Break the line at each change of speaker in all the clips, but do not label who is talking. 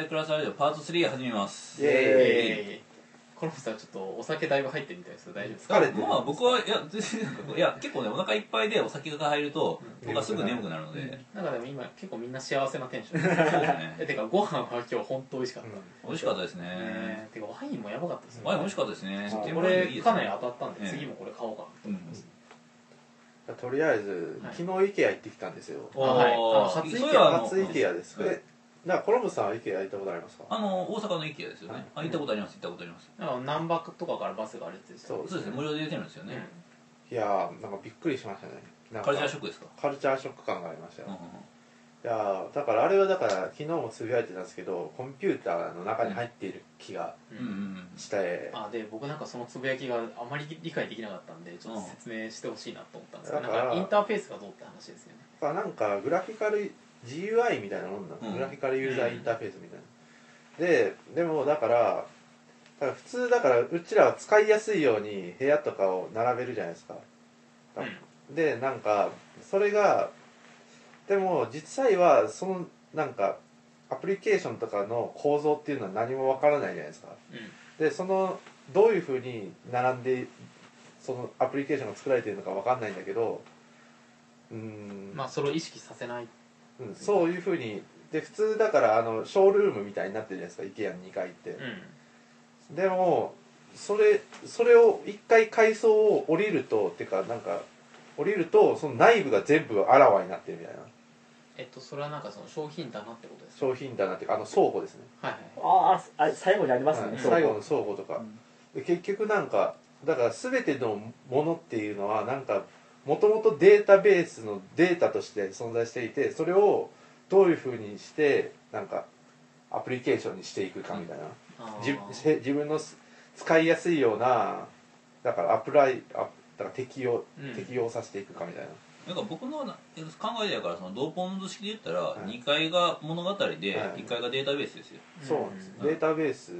イクラスラジオパート3始めます
イエーイ
コロンさんちょっとお酒だいぶ入ってるみたいですよ大丈夫ですか
疲れてる
まあ僕はいや 全然なんかこういや結構ねお腹いっぱいでお酒が入ると僕はすぐ眠くなるので
なんかでも今結構みんな幸せなテンションで す
そうですね
えてかご飯は今日本当美味しかった、ね
美味しかったですね
えてかワインもやばかったですね
ワイン美味しかったですね
あ
手
こ
前で
れ
いいです
かな
ね
り当たったんで、
ええ
次もこれ買おうかな
うん
とりあえず
はい
昨日 IKEA 行ってきたんですよ
あ
はい
ー
あの初
そういえ
IKEA
ばあの
初 IKEA です
うん
でなんかコロンブスさんは IKEA 行ったことありますか
あの大阪の IKEA ですよね
はい
あ行ったことあります行ったことあります
なんか難波とかからバスがあるって言ってた
そう
そうですね無料で出てるんですよね
いやーなんかびっくりしましたねなん
カ
か
ルチャーショックですか
カルチャーショック感がありましたよ、
うんうんうん
いやーだからあれはだから昨日もつぶやいてたんですけどコンピューターの中に入っている気が
うん
うんうん
して、
あで僕なんかそのつぶやきがあまり理解できなかったんでちょっと説明してほしいなと思ったんですけど、
だ
な
から
んかインターフェースがどうって話ですよね
だからなんかグラフィカル GUI みたいなもんなの、
うん
グラフィカルユーザーインターフェースみたいな、ででもだからだから普通だからうちらは使いやすいように部屋とかを並べるじゃないですか
うん
でなんかそれがでも実際はそのなんかアプリケーションとかの構造っていうのは何もわからないじゃないですかでそのどういうふうに並んでそのアプリケーションが作られているのかわかんないんだけどうー
うんんまあそれを意識させない
うん、そういうふうにで普通だからあのショールームみたいになってるじゃないですか IKEA の2階って
うん、
でもそれそれを1回階層を降りるとっていうかなんか降りるとその内部が全部あらわになってるみたいな
えっとそれはなんかその商品棚ってことですか
商品棚っていうかあの倉庫ですね
はいはい
あーああ最後にありますね、
はい
そう
最後の倉庫とか
うん、
で結局なんかだから全てのものっていうのはなんかもともとデータベースのデータとして存在していてそれをどういうふうにしてなんかアプリケーションにしていくかみたいな、
あ
自
ー
へ自分のす使いやすいようなだからアプライあだから適用、
うん
適用させていくかみたいな
なんか僕のな考えだからその同ポンド式で言ったら
はい
2階が物語で
はい
1階がデータベースですよ
そうなんです、
うん
データベース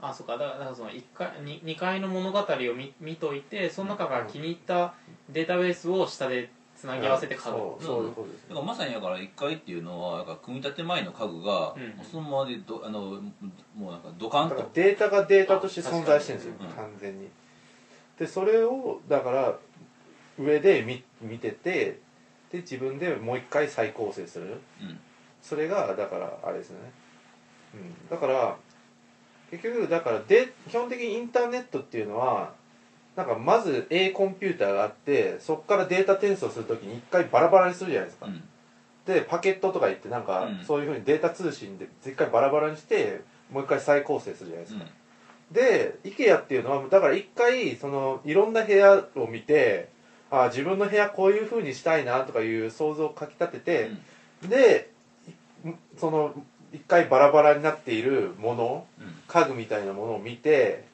あそうかだからだからその一回に2階の物語を見見といてその中から気に入ったデータベースを下でつなぎ合わせて買う、
そうそういうことです
だ
ね
からまさにだから1階っていうのはなんか組み立て前の家具が
うん
もうそのままでどあのもうなんかドカン
だから
と
データがデータとして存在してるんですよ
あ確か
完全にでそれをだから上で見見ててで自分でもう一回再構成する
うん
それがだからあれですね、うん、だから結局だからで基本的にインターネットっていうのはなんかまず A コンピューターがあってそこからデータ転送するときに一回バラバラにするじゃないですか、
うん
でパケットとか言ってなんか
うん
そういうふうにデータ通信で一回バラバラにしてもう一回再構成するじゃないですか、
うん
で IKEA っていうのはだから一回そのいろんな部屋を見てあ自分の部屋こういう風にしたいなとかいう想像をかきたてて、でいその一回バラバラになっているもの
うん
家具みたいなものを見て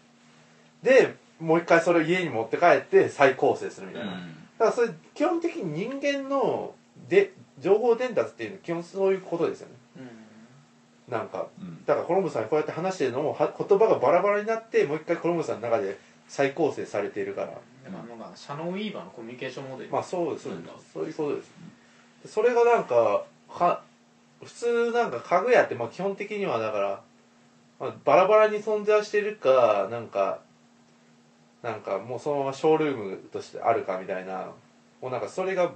でもう一回それを家に持って帰って再構成するみたいな、だからそれ基本的に人間ので情報伝達っていうのは基本そういうことですよね
うん
なんか
うん
だからコロンブスさんがこうやって話してるのもは言葉がバラバラになってもう一回コロンブスさんの中で再構成されているから
だからなんかシャノン・ウィーバーのコミュニケーションモデル、
まあそうですそう
うん
ですそういうことですそれがなんかは普通なんか家具屋ってまあ基本的にはだから、まあ、バラバラに存在してるかなんかなんかもうそのままショールームとしてあるかみたいなもうなんかそれが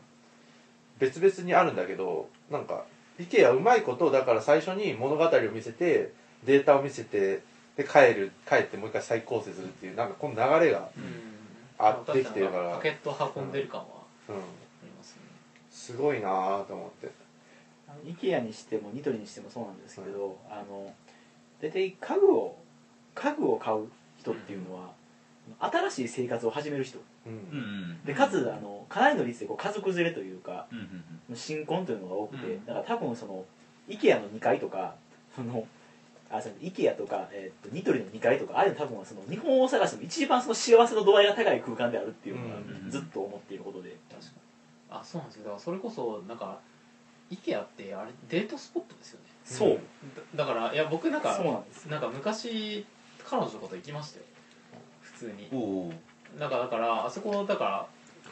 別々にあるんだけどなんか IKEA はうまいことだから最初に物語を見せてデータを見せてで帰る帰ってもう一回再構成するっていうなんかこの流れが、
うん
あできてるから
パケット運んでる感は
うん、
ありますね、
すごいなぁと思って。
あの IKEA にしてもニトリにしてもそうなんですけど、あの大体家具を家具を買う人っていうのは、新しい生活を始める人
うん
うんうん
でかつあのかなりの率でこう家族連れというか
うんうん
新婚というのが多くて、
うん
だから多分その IKEA の2階とかそのあその IKEA とか、えーっとニトリの2階とかああいうの多分その日本を探しても一番その幸せの度合いが高い空間であるっていうのが
うん
ずっと思っていることで、
確かにあそうなんですよだからそれこそなんか IKEA ってあれデートスポットですよね
そう、
うん
だだからいや僕なんか
そうなんです
なんか昔彼女とかと行きましたよ普通に
おおー
なんかだからあそこだから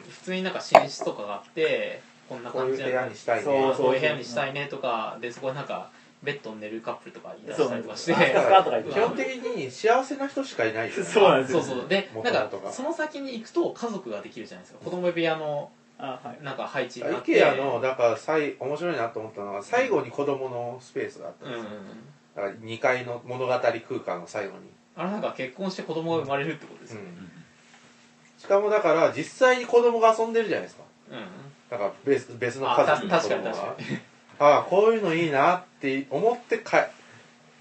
普通になんか寝室とかがあってこんな
こう
感
いう
じ
部屋にしたいね
そう
そういう部屋にしたいねとかでそこなんかベッドに寝るカップルとかいらっし
そう
ゃりとかし
あス
て
カスカとか言って
基本的に幸せな人しかいないよね
そうなんです
そ
よ
うそうで
元
なん
々が
かその先に行くと家族ができるじゃないですか子供部屋の
あはい
なんか配置になって
IKEA のだから最面白いなと思ったのは最後に子供のスペースがあった
うんん
で
う
す
んう
よ
ん、
だから2階の物語空間の最後に、
あれなんか結婚して子供が生まれるってことです
う
よね
ん、しかもだから実際に子供が遊んでるじゃないですか
うん、
だから別別の
あ
家族の
た
子
確かに
供
確か
が ああこういうのいいなって思ってか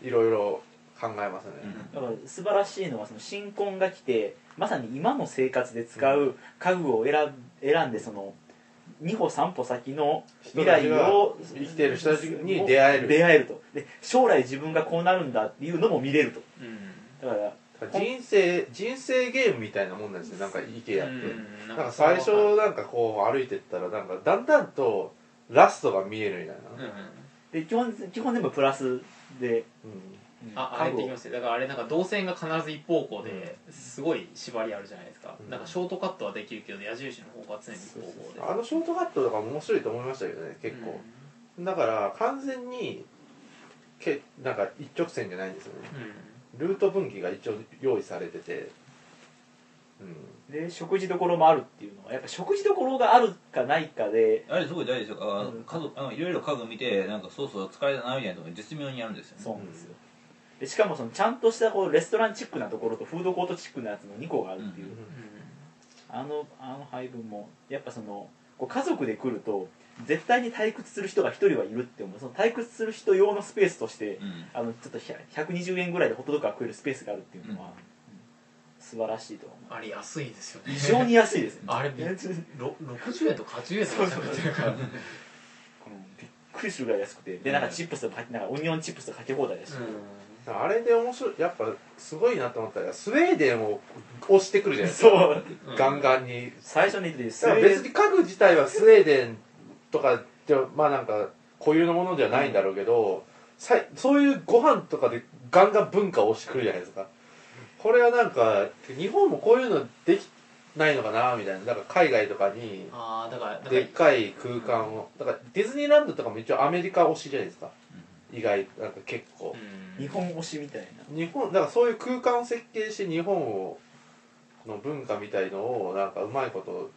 いろいろ考えますね、
うん
だから素晴らしいのはその新婚が来てまさに今の生活で使う家具を選選んでその2歩3歩先の未来を
人たちが生きてる人たちに出会える
出会えるとで将来自分がこうなるんだっていうのも見れると
にうん
だから
人生人生ゲームみたいなもんなんですよなんか IKEA って、
うん
なんか最
うん
初なんかこう歩いてったらなんかだんだんとラストが見えるみたいな、
で基本基本全部プラスで、
うん
うん
ああれ
家
って
具を
言いますよだからあれなんか動線が必ず一方向ですごい縛りあるじゃないですか、
うん
なんかショートカットはできるけど矢印の方が常に一方向で
あのショートカットとか面白いと思いましたけどね結構、だから完全にけなんか一直線じゃないんですよね
うん、うん
ルート分岐が一応用意されててうん
で食事どころもあるっていうのはやっぱ食事どころがあるかないかで
あれすごい大事ですよあ
うん
家族あのいろいろ家具見てなんかそうそう疲れたなみたいなところ絶妙にやるんですよね
そうなんですよ、でしかもそのちゃんとしたこうレストランチックなところとフードコートチックなやつの2個があるってい
う
う、
ん
あのあの配分もやっぱそのこう家族で来ると絶対に退屈する人が1人はいるって思うその退屈する人用のスペースとして、
うん
あのちょっとひゃ120円ぐらいでホットドッグが食えるスペースがあるっていうの
うん
は、うん素晴らしいと思
あれ安いですよ
う
ね
非常に安い ですね
あれびっ
全然
ろ60円とか80円とかしゃべってるから
うんびっくりするぐらい安くてでなんかチップスとかなんかオニオンチップスとかかけ放題だし、
あれで面白いやっぱすごいなと思ったらスウェーデンを押してくるじゃないですか
そう
うん
ガンガンに
最初に言って
だから別に家具自体はスウェーデンとかではまあなんか固有のものではないんだろうけど、さいそういうご飯とかでガンガン文化を押してくるじゃないですかこれはなんか日本もこういうのできないのかなみたいなだから海外とかに
ああだからだから
でっかい空間をだからディズニーランドとかも一応アメリカ推しじゃないですか意外なんか結構、
うん
日本推しみたいな
日本だからそういう空間を設計して日本をの文化みたいのをなんかうまいこと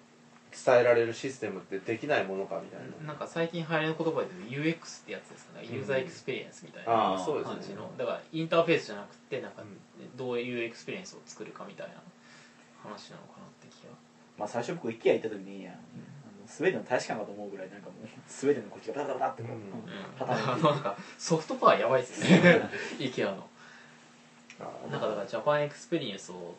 伝えられるシステムってできないものかみたいな、
なんか最近流行りの言葉で UX ってやつですかね、
うん
ユーザーエクスペリエンスみたいな
ああそう
感
です
じ
ね
のだからインターフェースじゃなくてなんか
うん
どういうエクスペリエンスを作るかみたいな話なのかなって気が
まあ、最初僕 IKEA 行った時にあのスウェーデンの大使館かと思うぐらいなんかもうスウェーデンの国旗がバタバタバタってこう、
うん
う
うん
ん、 なんかソフトパワーやばいです ね IKEA の
あー
なんかだからジャパンエクスペリエンスを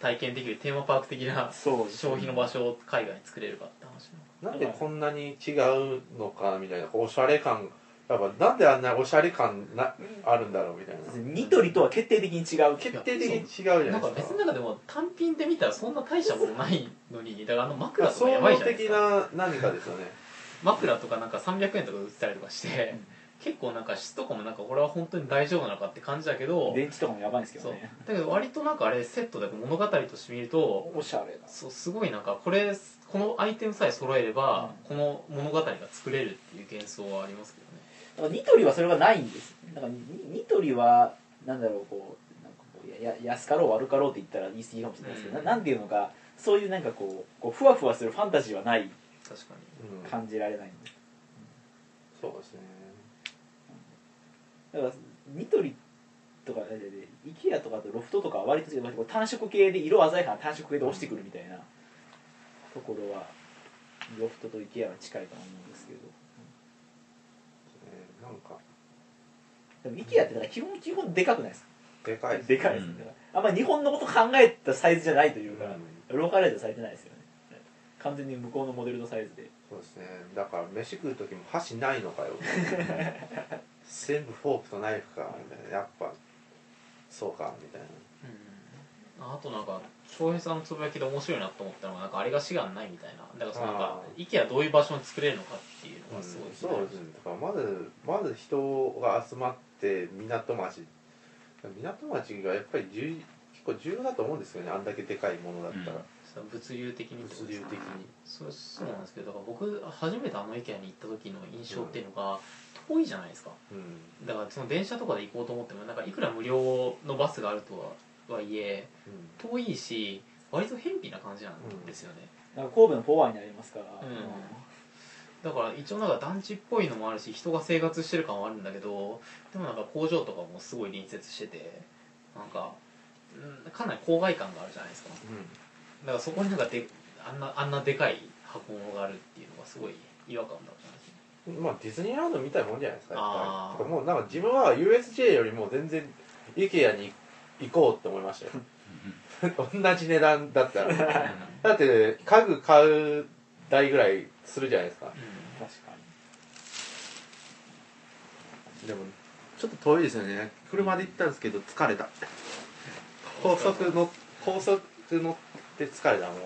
体験できるテーマパーク的な
そうですね
消費の場所を海外に作れるかって話
なんでこんなに違うのかみたいなこうおしゃれ感やっぱなんであんなおしゃれ感なあるんだろうみたいな
ニトリとは決定的に違う
決
決
定的に違うじゃ
な
な
の
いで
なんか
す
別
か
になんかでも単品で見たらそんな大したことないのにだからあの枕と
総
かやばい
合
じゃないです
的
か
な何かですよね
枕とかなんか300円とか売ってたりとかして、
うん
結構なんか質とかもなんかこれは本当に大丈夫なのかって感じだけど
電池とかもやばいんですけ
そ
ど
う
ね
だけど割となんかあれセットで物語として見ると
おしゃれだ
そうすごいなんかこれこのアイテムさえ揃えれば、この物語が作れるっていう幻想はありますけどね
だからニトリはそれがないんですだからニニトリはなんだろうこうなんかこうやや安かろう悪かろうって言ったら言い過ぎかもしれないですけど、
うん
ななんていうのかそういうなんかこうこうふわふわするファンタジーはない
確かに
うん
感じられないんで
そうですね
だからニトリとかイケアとかとロフトとかは割と割と単色系で色鮮やかな単色系で押してくるみたいなところはロフトとイケアは近いと思うんですけど
えーなんか
でもイケアってだから基本基本でかくないですか、
でかい
でかいですね
う、ん
だからあんまり日本のこと考えたサイズじゃないというか、ローカライズされてないですよね完全に向こうのモデルのサイズで
そうですねだから飯食う時も箸ないのかよ全部フォークとナイフかみたいなやっぱそうかみたいな
うんあとなんか翔平さんのつぶやきで面白いなと思ったのがなんかあれが志願ないみたいなだからそのなんか
あー
IKEA どういう場所に作れるのかっていうのがすごい気にな
そ
り
う
ま
で
し
すねだからまずまず人が集まって港町港町がやっぱり重結構重要だと思うんですよねあんだけでかいものだったら、
うん
たその物流的にってこ
物
とです
流
か
的に
そうそうなんですけどだから僕初めてあの IKEA に行った時の印象っていうのが遠いじゃないですか
うん
だからその電車とかで行こうと思ってもなんかいくら無料のバスがあるとははいえ遠いし割と偏僻な感じなんですよね、
なんか神戸のフォアになりますから、
うん
うん
だから一応なんか団地っぽいのもあるし人が生活してる感はあるんだけどでもなんか工場とかもすごい隣接しててなんかうんかなり郊外感があるじゃないですか
う
だからそこになんかであんなあんなでかい箱物があるっていうのがすごい違和感だったんですね
んまあディズニーランドみたいなもんじゃないですかやっ
あー
ぱりもうなんか自分は USJ よりも全然 IKEA に行こうって思いましたよ 同じ値段だったらだって家具買う代ぐらいするじゃないですか
確かに
でもちょっと遠いですよね車で行ったんですけど疲れた高速の高速乗って疲れたもう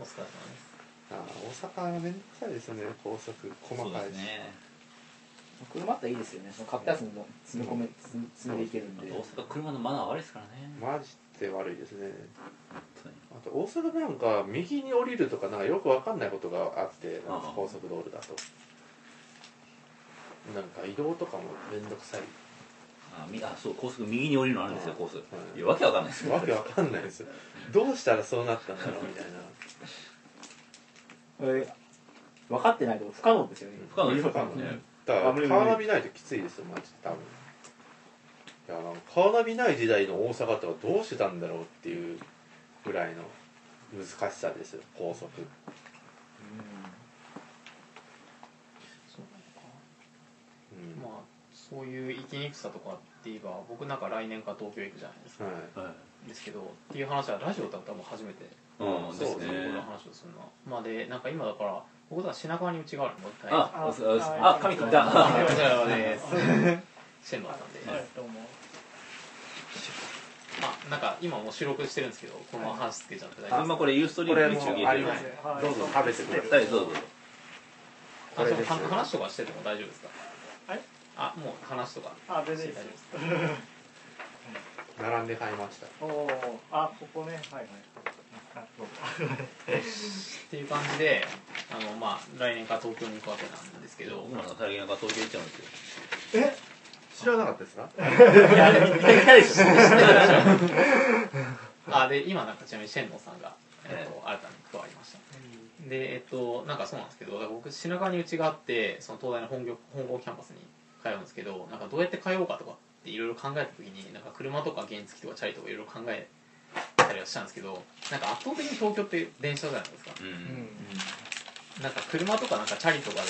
お疲れ様です
あー大阪はめんどくさいですよね高速細
そう
かい
で
し
すね
車あったらいいですよねその買ったやつも詰め込め、詰めていけるん
大
で
阪車のマナー悪いですからね
マジで悪いですね
本当に
あと大阪なんか右に降りるとかなんかよくわかんないことがあってなんか
ああ
高速道路だとなんか移動とかもめんどくさい
あみあそう高速右に降りるのあるんですよ
うん
コー
うん
スいやわけわかんないですよ
わけわかんないですよどうしたらそうなったんだろうみたいな
これ分かってないと不可能ですよね
不可能ですよ
不可能
ね
だからカーナビないときついですよマジで多分いやなんかカーナビない時代の大阪とかどうしてたんだろうっていうぐらいの難しさですよ高速
そうなのか
うん、
まあそういう生きにくさとかって言えば僕なんか来年から東京行くじゃないですか
はい
は
ですけどっていう話はラジオだと多分初めて
いうんです
そう
ね
この話をするのはまあでなんか今だから僕は品川にうちがあるので大変
あお疲れ様ですあ髪切った
お疲れ様です シェンバーさんです、
はい
どうも
あなんか今もう収録してるんですけどこのまま話つけちゃって大
あ
丈夫
ん
で
まこれユーストリームで中継
あ
入
り
れ
ま
ますす
はい
どうぞ食べてくだ
はいどうぞ
す
こ
か
れ
あ
です
そのは話とかしてても大丈夫ですか
はい
あもう話とか
あ全然いいですよ
並んで買いました
おおあここねはいはいあどうぞ
っていう感じであのまあ来年から東京に行くわけなんですけ ど
僕もさりげなんか東京行っちゃうんですよ
知らなかったですか
あで今なんかちなみにシェンノンさんが、えっと、新たに加わりましたでえっとなんかそうなんですけどだから僕品川にうちがあってその東大の本業本校キャンパスに通うんですけどなんかどうやって通おうかとかっていろいろ考えた時になんか車とか原付とかチャリとかいろいろ考えたりはしたんですけどなんか圧倒的に東京って電車じゃないですか
うん
なんか車とかなんかチャリとかで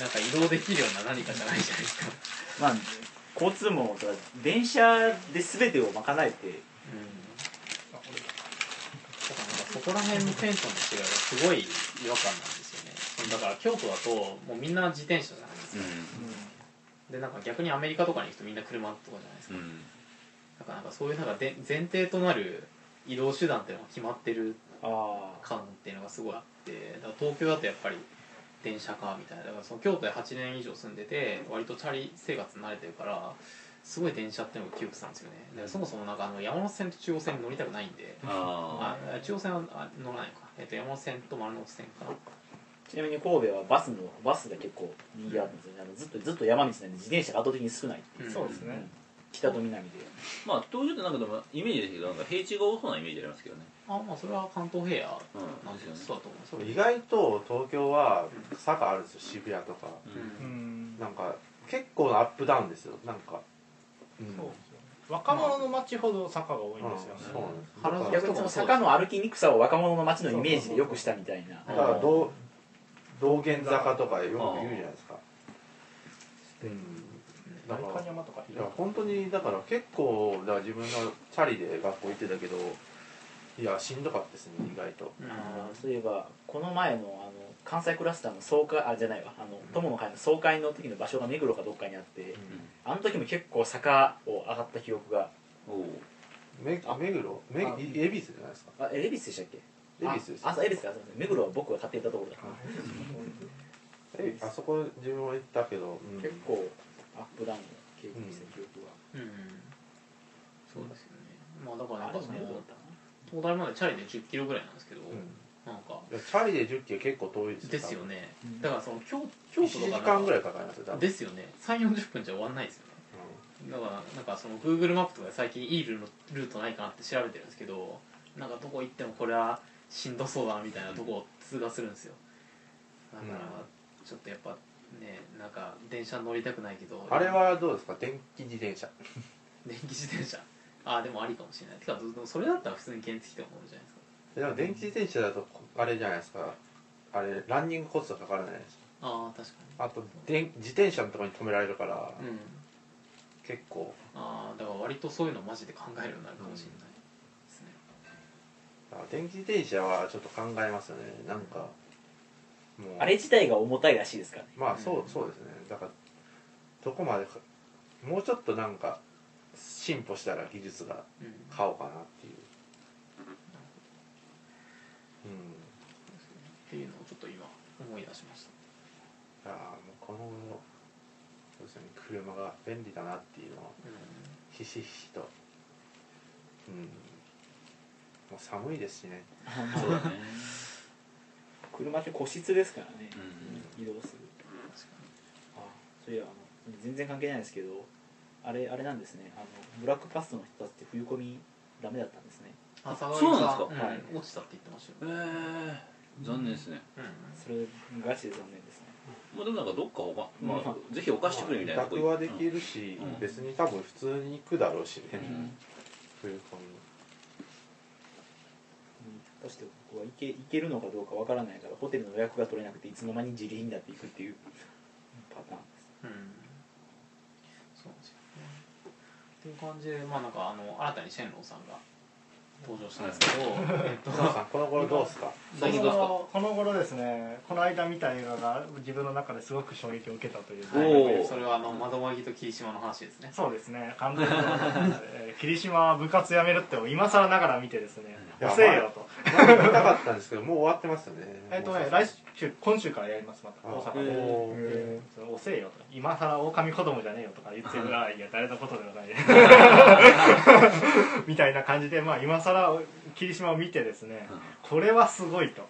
なんか移動できるような何かじゃないじゃないですか、
まあ交通網とか電車で全てを賄えて
うんだからなんかそこら辺のテンションの違いがすごい違和感なんですよねそのだから京都だともうみんな自転車じゃないですか、でなんか逆にアメリカとかに行くとみんな車とかじゃないです
う
か、
んうん
だからなんかそういうなんかで前提となる移動手段っていうのが決まってる
あ
感っていうのがすごいあってだから東京だとやっぱり電車かみたいなだからその京都で8年以上住んでて割とチャリ生活慣れてるからすごい電車っていうのが記憶したんですよねだからそもそもなんかあの山手線と中央線に乗りたくないんで
あ
あ中央線はあ乗らないのか、えっと山手線と丸ノ内線かな
ちなみに神戸はバスのバスが結構人気があったんですよねあのずっとずっと山道なんで自転車が圧倒的に少ないっていう、
うん
そうですね
北と南で
まあ東京ってなんかでもイメージですけどなんか平地が多そうなイメージありますけどね
あまあそれは関東平
う
野なんん
ですよ
で
ね
そうだと思うそれ
意外と東京は坂あるんですよ渋谷とか
う
うん
うんん
なんか結構なアップダウンですよなんか、うん、
そうですよね若者の街ほど坂が多いんですよね
うんそうなんです
原宿
だから
逆にその坂の歩きにくさを若者の街のイメージでよくしたみたいな
だから
う
道道玄坂とかよく言うじゃないですかうんだ
代
から
官山とか
いや本当にだから結構だから自分のチャリで学校行ってたけどいやしんどかったですね意外と
うん
あーそういえばこの前のあの関西クラスターの総会あじゃないわあの友の会の総会の時の場所が目黒かどっかにあってあの時も結構坂を上がった記憶が
おお
め目黒め
あ
い恵比寿じゃないですか
あえ恵比寿でしたっけ
恵比寿です
あそう恵比寿かすいません目黒は僕が買っていたところだ
えあそこ自分は行ったけど、うん
結構アップダウンを経験した記憶が
うんそうですよねまあだから
あ
なん
れ
か
も
そ
目
の
黒だったか
東大までチャリで1 0キロぐらいなんですけど、
うん
なんか
いやチャリで1 0キロ結構遠いです
ですよね
うん
だからその京京
1
都とか
時
なん
間ぐらいかかりますよ多分
ですよね3 4 0分じゃ終わんないですよねだからなんかその Google マップとかで最近いいルートルートないかなって調べてるんですけどなんかどこ行ってもこれはしんどそうだなみたいなとこを通過するんですよだからちょっとやっぱねなんか電車乗りたくないけど
うんあれはどうですか電気自転車
電気自転車ああでもありかもしれないてかでもそれだったら普通に原付とかもあるじゃないですか
でも電気自転車だとこあれじゃないですかあれランニングコストかからないです
ああ確か
あと電自転車のところに止められるから、
にうん
結構
ああだから割とそういうのマジで考えるようになるかもしれないですね、
あ電気自転車はちょっと考えますよねなんかもう
あれ自体が重たいらしいですからね
まあそう
うん
そうですねだからどこまでかもうちょっとなんか進歩したら技術が
うん
買おうかなっていううん
っていうのをちょっと今思い出しました
いやーもうこのそうですね車が便利だなっていうのは
う
ひしひしとうんもう寒いですしね
そうだね
車って個室ですからね
う、ん
移動する
ん確か
あそういやあの全然関係ないですけどあれあれなんですねあのブラックパストの人たちって冬コミダメだったんですね
に朝が
そうなんです
かはい
落ちたって言ってました
え
よ、
ー、残念ですね
それガチで残念ですね
まあでもなんかどっかおか、ま
ま
あ、ぜひお貸してくれみたいなとこ
楽
行
は
っ
できるし、
うん
別に多分普通に行くだろうしね、
うん
冬コミ
果たして僕は行け行けるのかどうかわからないからホテルの予約が取れなくていつの間に自利になっていくっていうパターンです
うん、うん、そうなんですよねっていう感じでまあなんかあの新たにシェンロンさんが登場したんですけど、えっと
皆さんこの頃ど うですか
最近どうですか
この頃ですねこの間見た映画が自分の中ですごく衝撃を受けたという
おー
それはあの窓マギと霧島の話ですね
そうですね完全にえー霧島は部活やめるって今更ながら見てですね
うん
遅えよと
なんか見たかったんですけどもう終わってますよね
えっとね
来
来週今週からやりますまた
あ
大阪
へ
で
ー
うんそれ遅えよと今更狼子供じゃねえよとか言ってるらいや誰のことでも ないみたいな感じでまあ今更霧島を見てですねこれはす ごいとっ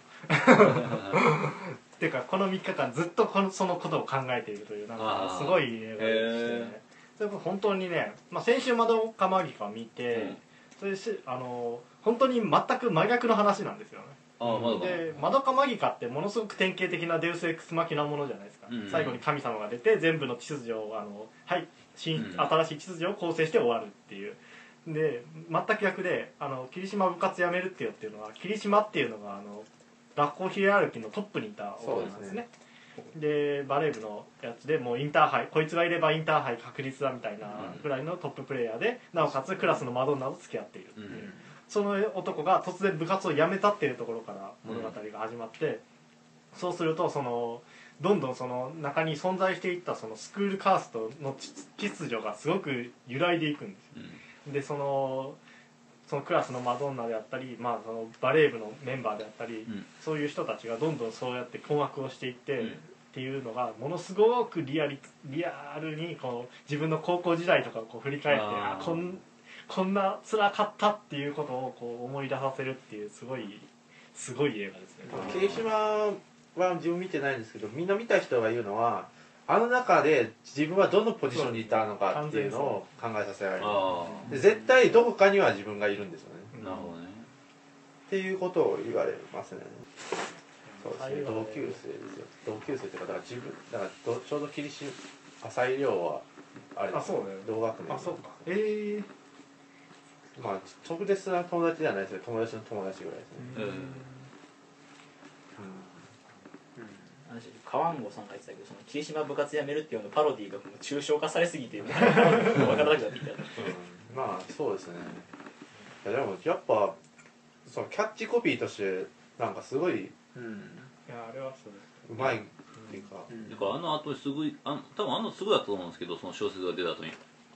ていうかこの3日間ずっとこのそのことを考えているというなん
あ
か
ー
すごいいい映画でして
へ
ねそれこそ本当にね、まあ、先週窓かまぎか見て、
うん
それしあの本当に全く真逆の話なんですよね
ああまだか
で「まどかマギカ」ってものすごく典型的なデウス・エクス・マキナものじゃないですか、
うん
最後に神様が出て全部の秩序をあの、はい新
うん
新しい秩序を構成して終わるっていうで全く逆であの霧島部活やめるってよっていうのは霧島っていうのがあの学校ヒエラルキーのトップにいた
そうで
男な
す
ん
ね
ですねでバレー部のやつでもうインターハイこいつがいればインターハイ確率だみたいなぐらいのトッププレイヤーでなおかつクラスのマドンナと付き合っているっていう、
うん
その男が突然部活を辞めたっていうところから物語が始まって、そうするとそのどんどんその中に存在していったそのスクールカーストの秩序がすごく揺らいでいくんですよ
うん
でそのそのクラスのマドンナであったり、まあ、そのバレー部のメンバーであったり、
うん
そういう人たちがどんどんそうやって困惑をしていって、
うん
っていうのがものすごくリアリリアルにこう自分の高校時代とかをこう振り返って
あ
あ
ー
こんこんな辛かったっていうことをこう思い出させるっていうすごいすごい映画ですね。
あー
霧島は自分見てないんですけどみんな見た人が言うのはあの中で自分はどのポジションにいたのかっていうのを考えさせられる
あ
で絶対どこかには自分がいるんですよね
あなるほどね
っていうことを言われますねそうですね
あ
同級生ですよ同級生っていうかだから自分だからどちょうど霧島浅井亮はあれですよ
あそうだよね
同学年
あそうかええ
まあ直接な友達じゃないですけど友達の友達ぐらいです
う
ね、
ん
あのカワンゴさんが言ってたけどその霧島部活やめるっていうのパロディーがもう抽象化されすぎて 分からなくなってきた
うんまあそうですねいやでもやっぱそのキャッチコピーとしてなんかすごいう
うんうん
いやあれはそうです
まいっていうか、
うん
だからあの後にすごいあの多分あのすぐだったと思うんですけどその小説が出た後に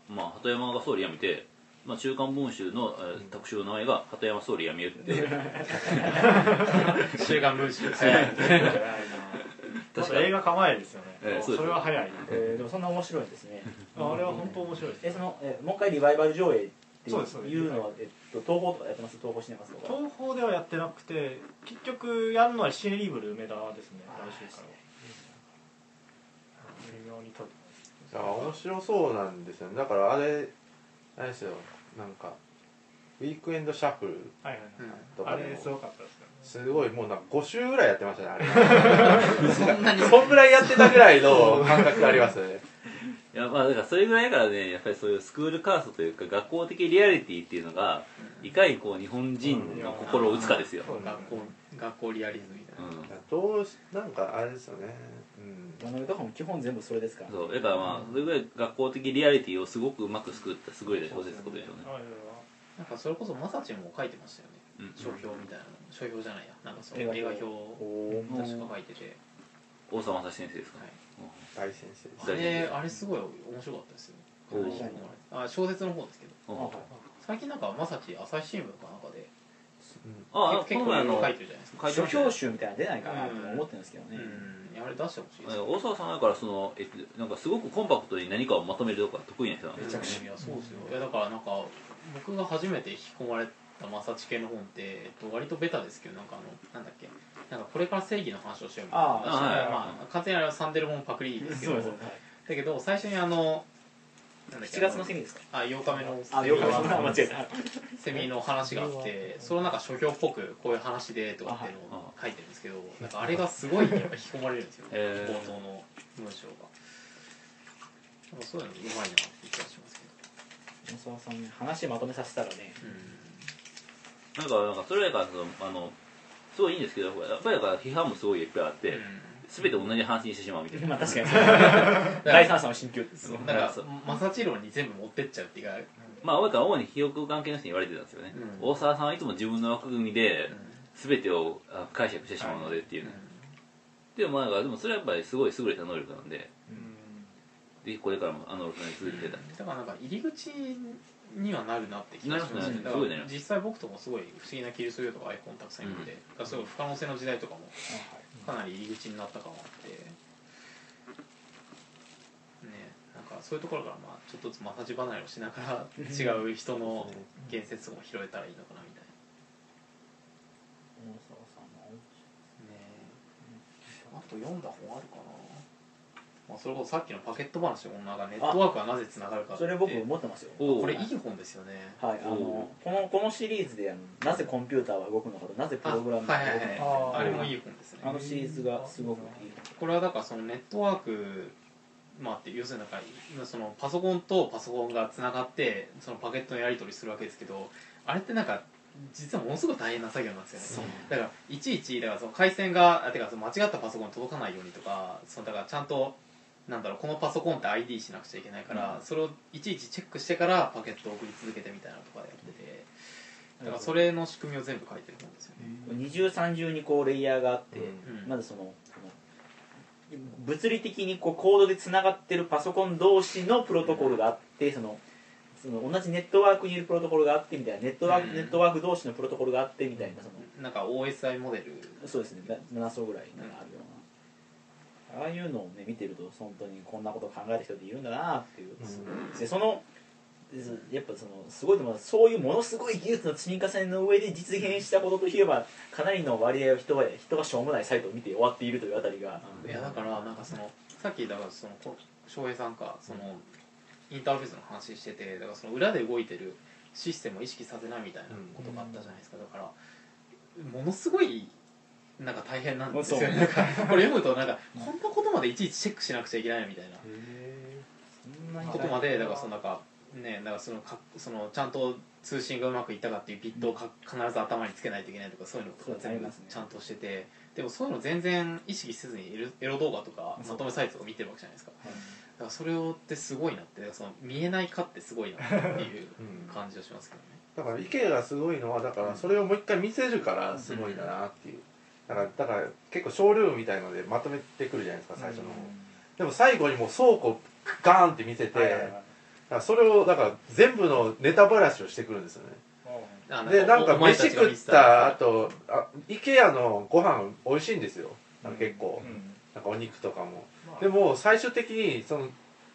まあ鳩山が総理辞めてまあ、中間文集の、えー、特集の名前が鳩山総理辞めるって
週刊文集です
早
ね
い
ま
確
だ
か
映
に
画構えですよね、
ええそうです
それは早い
えーでもそんな面白いんですね
あれは本当面白いです
えその、えもう一回リバイバル上映ってい
そうですそうです
うのはえと東宝とかやってます東宝シネマスとか
東宝ではやってなくて結局やるのはシネリーブル梅田ですね来週から微妙に撮る
いや面白そうなんですよねだからあれあれですよなんかウィークエンドシャッフル
はいはい
うん
と
はい、
かで
あれす
も
ごかったですね
すごいもうなんか5週ぐらいやってましたねあ
そんなに
れ そんぐらいやってたぐらいの感覚ありますね
いやまあだからそれぐらいだからねやっぱりそういうスクールカーストというか学校的リアリティっていうのがいかにこう日本人の心を打つかですよ、
そう
学校学校リアリズムみたいな、
うん
どうしなんかあれですよねうん
山上とかも基本全部それですから
そうだからまあそれぐらい学校的リアリティをすごくうまく作った優れた小説ってことでしょうね
あれは
なんかそれこそマサチンも書いてましたよね
うん
書評みたいなの書評じゃないやなんかそう
映
映
画
画表
表
を
おー
確か書いてて、
大沢正先生ですかね、
大先生です
あれ
大
あれすごい面白かったですよ
おー
話し込まれてあ小説の方ですけど
うん
あ
最近なんかマサチ朝日新聞かなんかで
ああこ
結
の前
構い
あ
ろいろ
の
書いてるじゃないですか
書いてま
書
したね
評集みたいなの出ないかなとも思ってるんですけど
う
ね、
んいやあれ出してほしいです
大沢さんだからその、えっと、なんかすごくコンパクトに何かをまとめるとか得意な人なんで
めちゃくちゃいやそうですよいやだからなんか僕が初めて引き込まれたマサチ系の本って、えっと、割とベタですけどなんかあのなんだっけなんかこれから正義の話をしようみたいな話
ああはい
まあ完全にあれはサンデルモンパクリですけど
そうそう
だけど最初にあのなんだっけ
7月のセミですか
あ8日目の
あ、
セ
よ
ミ
く
の
間違 えた。
セミの話があってそのなんか書評っぽくこういう話でとかっていうのを書いてるんですけどなんかあれがすごいやっぱ引き込まれるんですよね
へー
冒頭の文章がなんかそういうのうまいなって気がしますけ
野沢さんね、話まとめさせたら ね、
ど
なんかなんかそれだからそのあのすごいいいんですけどやっぱりだから批判もすごいいっぱいあって、全て同じ話にしてしまうみたいな、
まあ確かに、
だ
第三者の心境です
そ
よ
う。だからマサチロに全部持ってっちゃうっていうか、
まあ大川主に記憶関係の人に言われてたんですよね、
うん
大沢さんはいつも自分の枠組みで全てをあ解釈してしまうのでっていう、でもまあだからでもそれはやっぱりすごい優れた能力なんで
うん
ぜひこれからもあの能力に続けてたんで
だからなんか入り口にはなるなって気がします
なりますね
だ
す
か
ごいなり
ら
ます
実際僕ともすごい不思議なキルスとかアイコンたくさんいるんで、
うん
だからすごい不可能性の時代とかもかなり入り口になった感はあってねなんかそういうところからまあちょっとずつマサチ離れをしながら違う人の言説も拾えたらいいのかなみたい
野沢さんも
なねあと読んだ本あるかな、まあ、それこそさっきのパケット話の女がネットワークはなぜつながるかって
それ僕持ってますよ。
おう
これいい本ですよね
はい、あの、この、このシリーズで、あのなぜコンピューターは動くのかと、なぜプ
あ
ログラムが動くのか
はいはい
と
はい
あー
あれもいい本ですね
あのシリーズがすごくいい。
これはだからそのネットワークまあって要するになんか今そのパソコンとパソコンがつながってそのパケットのやり取りするわけですけどあれってなんか実はものすごい大変な作業なんですよねだからいちいちだからその回線があてかその間違ったパソコンに届かないようにとかそのだからちゃんとなんだろうこのパソコンって ID しなくちゃいけないから、それをいちいちチェックしてからパケットを送り続けてみたいなのとかやっててだからそれの仕組みを全部書いてる本ですよね、
二重三重にこうレイヤーがあって、
うん
まずそのこの物理的にこうコードでつながってるパソコン同士のプロトコルがあってそのその同じネットワークにいるプロトコルがあってみたいなネットワーク、
うん
ネットワーク同士のプロトコルがあってみたいなその
なんか OSI モデル
そうですねな7層ぐらいなんかあるようなああいうのをね見てると本当にこんなことを考えた人っているんだなっていう、
う
でそのずやっぱそのすごいでもそういうものすごい技術の積み重ねの上で実現したことといえばかなりの割合を人は人がしょうもないサイトを見て終わっているというあたりが、
いやだからなんかそのさっきだからそのこ翔平さんかそのインターフェースの話しててだからその裏で動いてるシステムを意識させないみたいなことがあったじゃないですかだからものすごいなんか大変なんですよね
そう
なんか これ読むとなんかこんなことまでいちいちチェックしなくちゃいけないのみたいな
そんなに
ことまでだからそのなんかねなんかそのかそのちゃんと通信がうまくいったかっていうビットをか必ず頭につけないといけないとかそういうのが全部ちゃんとしてて、でもそういうの全然意識せずにエロエロ動画とかまとめサイトを見てるわけじゃないですかだからそれをってすごいなってだからその見えないかってすごいなっていう
うん
感じがしますけどね
だから池がすごいのはだからそれをもう一回見せるからすごいんだなっていうだからだから結構ショールームみたいのでまとめてくるじゃないですか最初の方、でも最後にもう倉庫ガーンって見せて、
はいはいはい
だからそれをだから全部のネタばらしをしてくるんですよね
あ
でなんか
お前
飯
たちが
食
見
ってた後あ IKEA のご飯美味しいんですよなんか結構、
うん
なんかお肉とかも、
まあ
でも最終的にその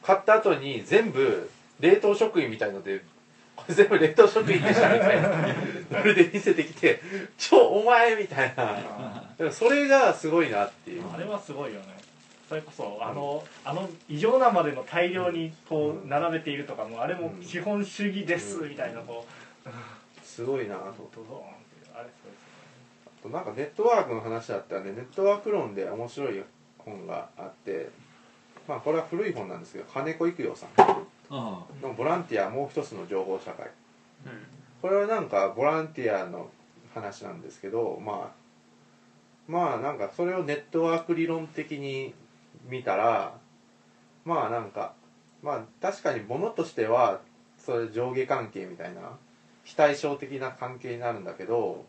買った後に全部冷凍食品みたいのでこれ全部冷凍食品でしたみたいなそれで見せてきて「ちょお前」みたいなでもそれがすごいなっていう
あれはすごいよねそれこそあのあの異常なまでの大量にこう並べているとかもあれも資本主義ですみたいなこ
すごいな
う
と
ドドーンってあれすごいですよね
なんかネットワークの話だったんでネットワーク論で面白い本があってまあこれは古い本なんですけど金子育代さん
あ
の「ボランティアもう一つの情報社会」
うん
これはなんかボランティアの話なんですけどまあまあなんかそれをネットワーク理論的に見たらまあなんかまあ確かにものとしてはそれ上下関係みたいな非対称的な関係になるんだけど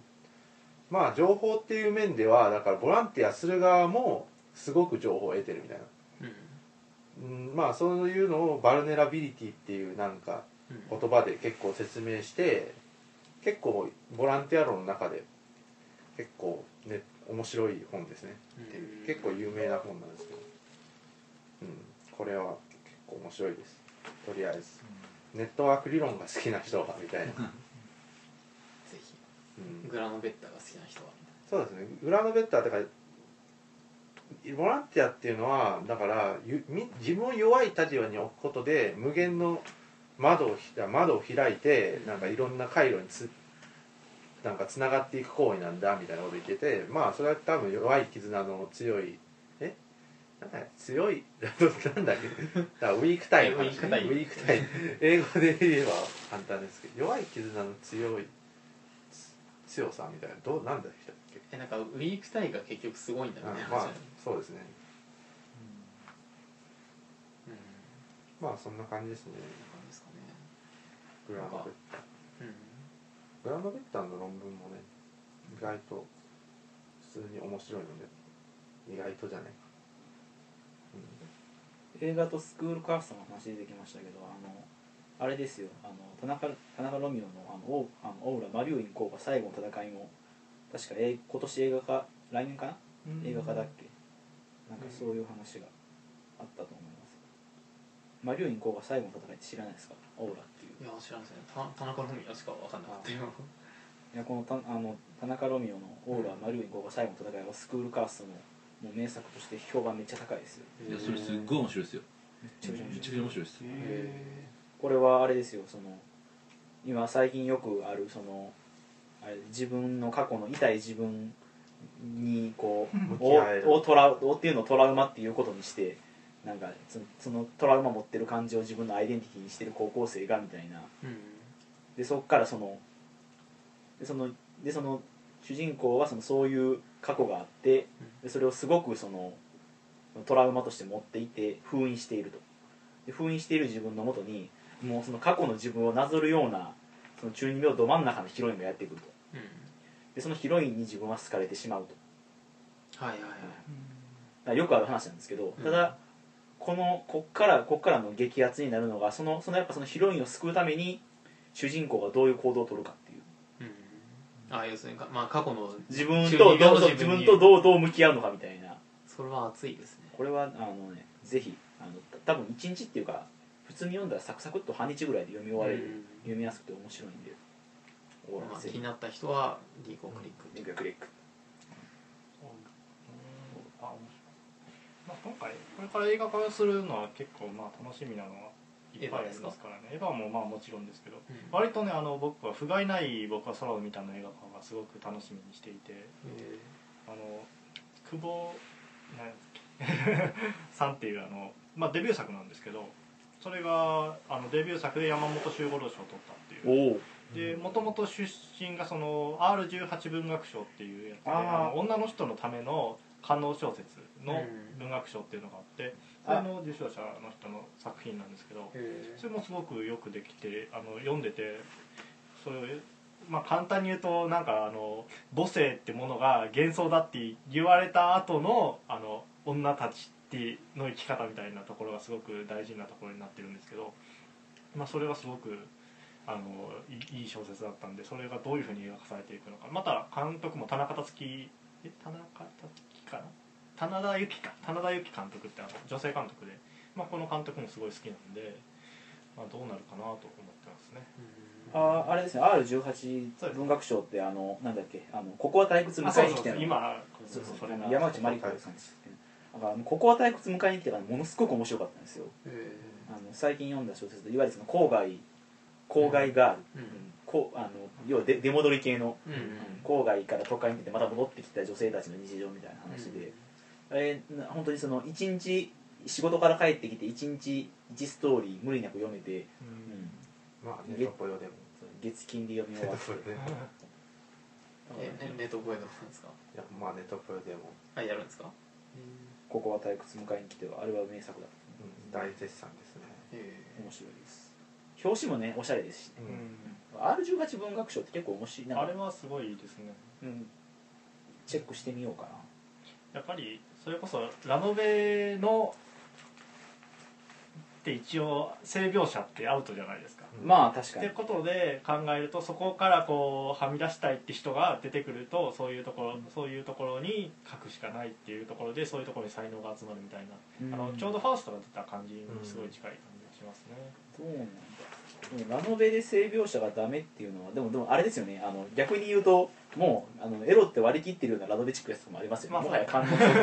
まあ情報っていう面ではだからボランティアする側もすごく情報を得てるみたいな、
うん
うん、まあそういうのをバルネラビリティっていうなんか
うん
言葉で結構説明して結構ボランティア論の中で結構ね面白い本ですねっていう結構有名な本なんですけど、うん、これは結構面白いですとりあえずネットワーク理論が好きな人はみたいな、
ぜひ
うん、
グラノベッタが好きな人は
そうですね裏のベッドはだからボランティアっていうのはだからゆみ自分を弱い立場に置くことで無限の窓をひ窓を開いてなんかいろんな回路につなんかつながっていく行為なんだみたいなこと言っててまあそれは多分弱い絆の強いえなんだ強い なんだっけだからウィークタイの話ね
ウィークタイ
ウィークタイ英語で言えば簡単ですけど弱い絆の強いつ強さみたいなどうなんだっけ
えなんかウィークタイが結局すごいんだみたいな
あ
話
まあ
だね
そうですね
うんこ
まあそんな感じですね
んな感じですかね
グランドベッタ
うん
グランドベッタの論文もね意外と普通に面白いので意外とじゃないか、
映画とスクールカーストの話出てきましたけどあのあれですよあの田中田中ロミオのあのオーあのオーラマリューイン効果最後の戦いも確かえ今年映画化来年かな映画化だっけなんかそういう話があったと思いますマリューイン効果最後の戦いって知らないですかオーラっていう
いや知らないですねた田中のみしか分かんなかったよ
いやこのたあの田中ロミオの「オーラマルーイン号が最後の戦い」はスクールカーストのもう名作として評判めっちゃ高いですよ
あいやそれすっごい面白いですよ
めっちゃめちゃ面
めちゃく
白い
ちゃ面白いです
へ
これはあれですよその今最近よくあるそのあれ自分の過去の痛い自分にこう
向き合える
ををトラウをっていうのをトラウマっていうことにしてなんかそのそのトラウマ持ってる感じを自分のアイデンティティにしてる高校生がみたいな
うん
でそこからそのでそのでその主人公はそのそういう過去があってでそれをすごくそのトラウマとして持っていて封印しているとで封印している自分のもとにもうその過去の自分をなぞるようなその中二病ど真ん中のヒロインがやってくると
うん
でそのヒロインに自分は好かれてしまうと
はいはいはい
だからよくある話なんですけど
うん
ただこのこっからこっからの激アツになるのがそのそのやっぱそのヒロインを救うために主人公がどういう行動を取るかっていう
うんあ要するにかまあ過去の
自分
中
と
二病
ど
の
う
自分
そう
に
自分とどうどう向き合うのかみたいな
それは熱いですね
これはあのねぜひあのた多分一日っていうか普通に読んだらサクサクっと半日ぐらいで読み終われる、
うん
読みやすくて面白いんでオー
ま
ラ
あ
ぜ
気
ひ
になった人はリンクをクリック
リンククリック
あ面白いまあ、今回これから映画化するのは結構まあ楽しみなのはいっぱいありますからねエヴァもまあもちろんですけど
うん
割とねあの僕は不甲斐ない僕は空を見たの映画化がすごく楽しみにしていて
え
あの久保なんだっけ さんっていうあの、まあ、デビュー作なんですけどそれがあのデビュー作で山本周五郎賞を取ったっていう
おお
でもともと出身がその R18 文学賞っていうやつ
あ
で
ー
あの女の人のための官能小説の
うん
文学賞っていうのがあってそ
あ
れの受賞者の人の作品なんですけど
ーえ
それもすごくよくできてあの読んでてそれをまあ簡単に言うとなんかあの母性ってものが幻想だって言われた後のあの女たちっての生き方みたいなところがすごく大事なところになってるんですけど、まあ、それがすごくあのいいい小説だったんでそれがどういうふうに描かされていくのかまた監督も田中辰樹え田中辰樹かな棚田由紀か棚田由紀監督ってあの女性監督で、まあ、この監督もすごい好きなんでまあ、どうなるかなと思ってますね
ああれですね R18
そうです
文学賞ってあのなんだっけあのここは退屈迎えに来てる
今
そうそう
それが
山内まりこさんですだからあのここは退屈迎えに来てからものすごく面白かったんですよ
え
あの最近読んだ小説でいわゆるその郊外郊外ガール、
うん
こうあの要はで出戻り系の、
うんうん
郊外から都会に出てまた戻ってきた女性たちの日常みたいな話で、えーな本当にその一日仕事から帰ってきて一日一ストーリー無理なく読めて、
う
うんん、
まあねどこよでも
月金で読み
ネ
終わ っ
ト
て
プロでも
えねネット声どうなんですか
いやまあネトプロでも、
あやるんですか
ここは退屈迎えに来てはあれは名作だ
うん、大絶賛ですね
え
面白いです表紙もねおしゃれですし、ね、
う
うん
R18 文学賞って結構面白いなん
ん
か
あれはすごいですね
うん、チェックしてみようかな
やっぱりそれこそラノベのって一応性描写ってアウトじゃないですか、
うん
まあ確か
って
に
ことで考えるとそこからこうはみ出したいって人が出てくるとそういうところそういうところに書くしかないっていうところでそういうところに才能が集まるみたいな、あのちょうどファーストが出た感じにすごい近い感じがしますね、
そうなんだでもラノベで性描写がダメっていうのはでもでもあれですよねあの逆に言うともうあのエロって割り切ってるようなラノベチックやつとかもありますよね、
まあ
もはや感動そうで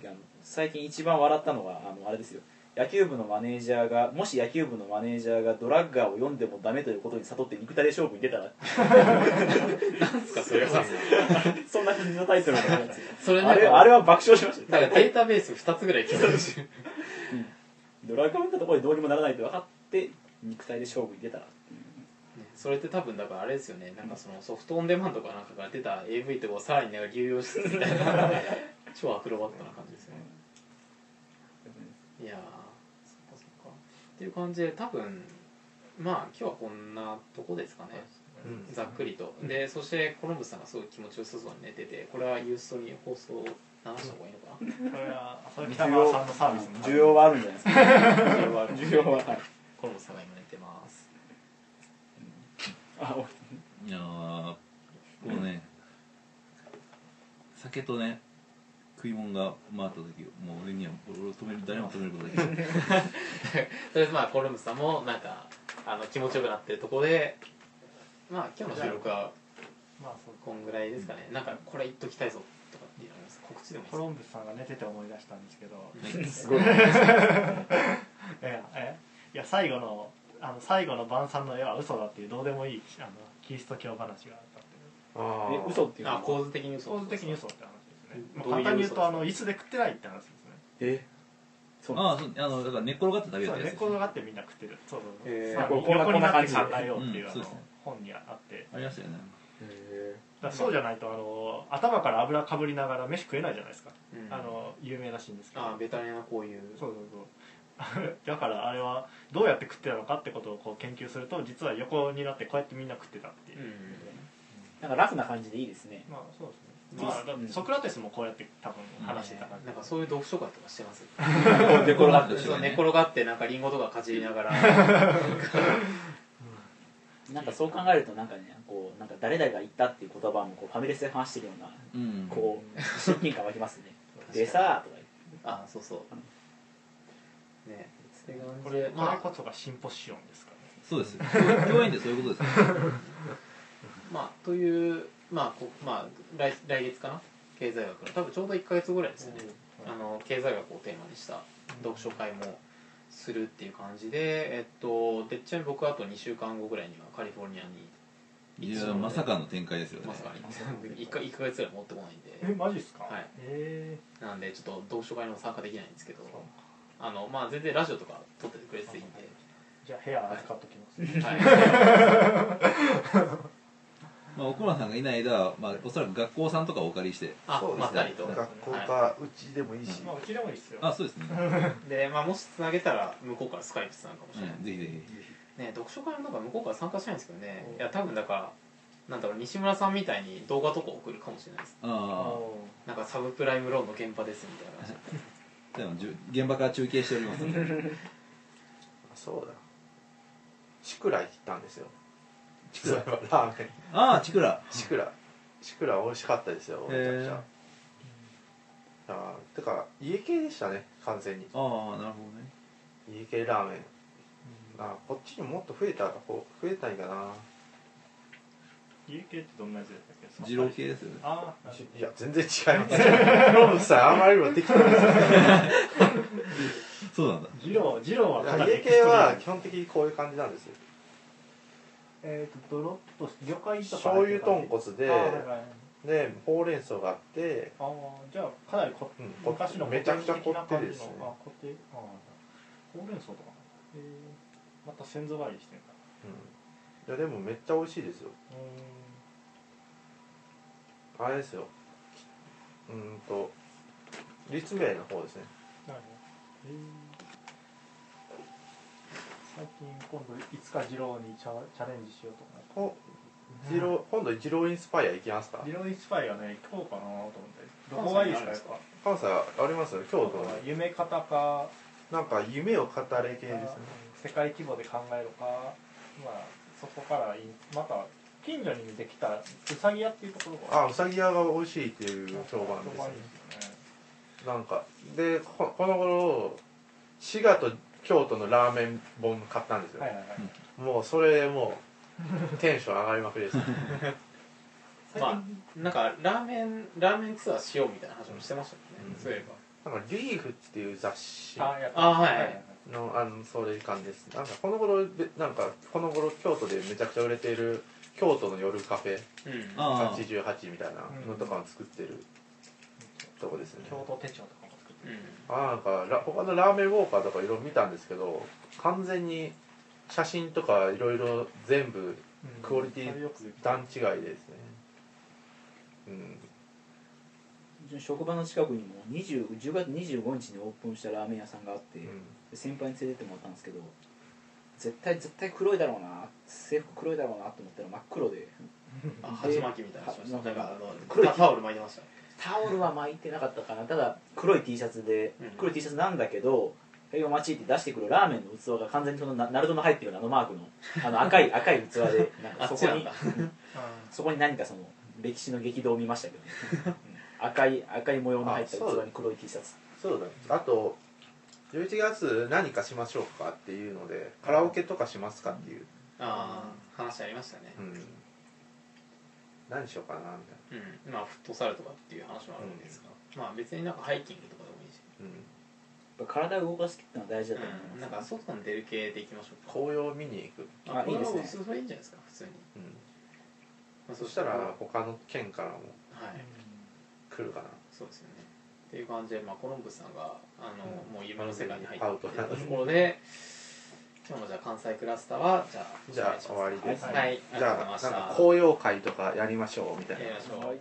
すよね正直あの最近一番笑ったのはあのあれですよ野球部のマネージャーがもし野球部のマネージャーがドラッガーを読んでもダメということに悟って肉体で勝負に出たら
な んですかそれは
そんな感じのタイトルのやつ
それ
あれあれは爆笑しました
な
よ
んかデータベース2つぐらい聞いてるし
ドラッガーを読んだところでどうにもならないと分かって肉体で勝負に出たら
ねそれって多分だからあれですよねなんかそのソフトオンデマンドかなんかが出た AV とかをさらになんか流用しつつみたいな 超アクロバットな感じですよねいやーそっかそっかっていう感じで多分まあ今日はこんなとこですかね
うん
ざっくりとでそしてコロンブスさんがすごい気持ちよさそうに寝ててこれはユーストに放送流した方がいいの
それはそれは
需
北
要
川さんのサービスの
需要はあるんじゃないですか
かな需要はある
需要ははい
コロンブスさんが今寝てます
あ
いやーもうね、酒とね食い物が回った時もう俺には俺を止める誰も止めることができない
とり あえずまあコロンブスさんもなんかあの気持ちよくなってるとこでまあ今日の収録は
まあそう
こんぐらいですかね、なんかこれ言っときたいぞとかっていうのあります告知でもいい
コ
で
ロンブスさんが寝てて思い出したんですけど、
す ごい
ええいや最後のあの最後の晩餐の絵は嘘だっていうどうでもいいあのキリスト教話があったっていう
あ
え
あ
嘘って
す
いう
か
の
あ
は
構図的に嘘
構図的に嘘って話ですね、まあ
どういう
簡単に言う
嘘
とあの椅子で食ってないって話ですね
えそうなん
ああそうあのだから寝っ転がってただけだ
そ
った
う
や
寝っ
つ
転がってみんな食ってるそうそうそう、
へー
まあ
こんな
横になって考
こんな感じ
えようっていう,、
うん
あ
そう
の
ですね
本にあって
ありましたよね
へ
だからそうじゃないとあの頭から油かぶりながら飯食えないじゃないですか、
うん
あの有名らしいんですけど
あベタレなこういう
そうそうそう だからあれはどうやって食ってたのかってことをこう研究すると実は横になってこうやってみんな食ってたっていう、
なんかラフな感じでいいですね
まあそうです
ま
ね
あ
まあだってソクラテスもこうやって多分話してたから、
うん、なんかそういう読書会とかしてます
寝転がっ
そ
て
う
そ
だ
う
ね
寝転がってなんかリンゴとかかじりな がら
なんかそう考えるとなんかねこうなんか誰々が言ったっていう言葉もこうファミレスで話してるような
うん
こう親近感湧きますね
確かに
でさーとか
あそうそうねそれが
こ
こ
れ
れ
これ
ま
こ
あ
そがシンポシオンですかね
そうです 共演でそういうことですよ
まあというまあこまあ来来月かな経済学の多分ちょうど1か月ぐらいですよね、あの経済学をテーマにした読書会もするっていう感じで、えっと、でっちゃん僕はあと2週間後ぐらいにはカリフォルニアに
いやまさかの展開ですよね
まさかに1か一ヶ月ぐらい持ってこない
え
んで
マジっすか
はい
え
なんでちょっと読書会にも参加できないんですけどあの、まあ、全然ラジオとか撮っててくれてていいん
ーじゃあ部屋預かっときます、
で、はい、
まあ奥村さんがいない間、まあ、おそらく学校さんとかお借りして
あ
そうですね
まったりと
ー学校
はい
かうちでもいいし
まあうちでもいいっすよ
あそうですね、
で、まあ、もしつなげたら向こうからスカイプつなぐかもしれない、
うん、ぜひぜひ
ね読書会の中向こうから参加しないんですけどねいや多分だからなんだろう西村さんみたいに動画とか送るかもしれないです
ああ
なんかサブプライムローンの現場ですみたいな感じ
でもじゅ現場から中継しておりますの で
そうだシクラ行ったんですよシクラは ラーメン
ああちくら
シクラシクラ美味しかったですよめちゃくち
へ
ゃあーてか家系でしたね完全に
ああなるほどね
家系ラーメンあこっちにもっと増えた方増えたいかな
家系ってどんなやつでしたっけ
二郎系ですよね
ああ
いや全然違い ますロブさんあんまりもできてないです
そうなんだ
二郎二郎はかなり
家系は基本的にこういう感じなんですよ
えっ、とドロッとして魚介とか
醤油豚骨で
あーはいはい
でほうれん草があって
あーじゃあかなりこ、
うん
昔の
めちゃくちゃ
古典的な
凝ってですね
感じのあ凝ってあーほうれん草とかえー、また先祖返りしてんだ
うんいやでもめっちゃ美味しいですよ
うーん
あれですようーんと立命の方ですね
なるほどえー最近今度いつか二郎にチャチャレンジしようと思っ
こ
て
二郎今度二郎インスパイア行きますか
二郎インスパイアね行こうかなと思ってどこがいいですかやっぱ
関西ありますよ京都
夢方か
なんか夢を語れ系ですね
世界規模で考えるか、まあ、そこからいまた近所にできたうさぎ屋っていうところが
あうさぎ屋が美味しいっていう評判ですね
ですよね
なんかでここの頃滋賀と京都のラーメン本買ったんですよ、
はいはいはい、
もうそれもうテンション上がりまくりですね
最近
まあなんかラーメンラーメンツアーしようみたいな話もしてましたもんね、
うん
そういえば
なんか「リーフっていう雑誌
あやっぱ
あはい
のあのそれ感じですなんかこの頃べなんかこの頃京都でめちゃくちゃ売れている京都の夜カフェ
うん
あ
88みたいなのとかを作ってるとこですね、
京都手帳とかも作って
う
あなんかラ他のラーメンウォーカーとかいろいろ見たんですけど完全に写真とかいろいろ全部
る、
クオリティ
それよくできた
段違いですねうん
うちの職場の近くにも20 10月25日にオープンしたラーメン屋さんがあって、
うん
先輩に連れてってもらったんですけど絶対絶対黒いだろうな制服黒いだろうなと思ったら真っ黒で
あ鉢巻きみたいなのしました
で
なんかあの
黒い
タタオル巻いてました
タオルは巻いてなかったかなただ黒い T シャツで
うん
黒い T シャツなんだけど「はいお待ち」って出してくるラーメンの器が完全にそのなナルトの入ってるようなあのマーク のあの赤い赤い器でなんかそこに
あっ
そこに何かその歴史の激動を見ましたけど、 ね、うん赤い赤い模様の入った器
あそうだ
に黒い T シャツ
そうだねあと11月何かしましょうかっていうのでカラオケとかしますかっていう、
ああ話ありましたね
うん、何しようかなみ
うんまあフットサルとかっていう話もあるんですが、まあ別になんかハイキングとかでもいいし、
たいな、うん、
やっぱ体を動かすっていうのは大事だと思います、
うん、なんか外に出る系でいきましょうか
紅葉見に行く、
あいいです
これは
ね
それいいんじゃないですか普通に、
うん、
まあ、
そした
は
ら他の県からも
い
来るかな
そうですよねっていう感じで、まあ、コロンブスさんがあの、もう夢の世界に入って
ア
いっ
ウ
て
ト
いたところで今日のじゃあ関西クラスターはじゃあ
じゃあ終わりです、
はい、あり
じ
がとうござい
ゃ
ま
あ
し
な
た
んか紅葉会とかやりましょうみたいな
やりましょう
はい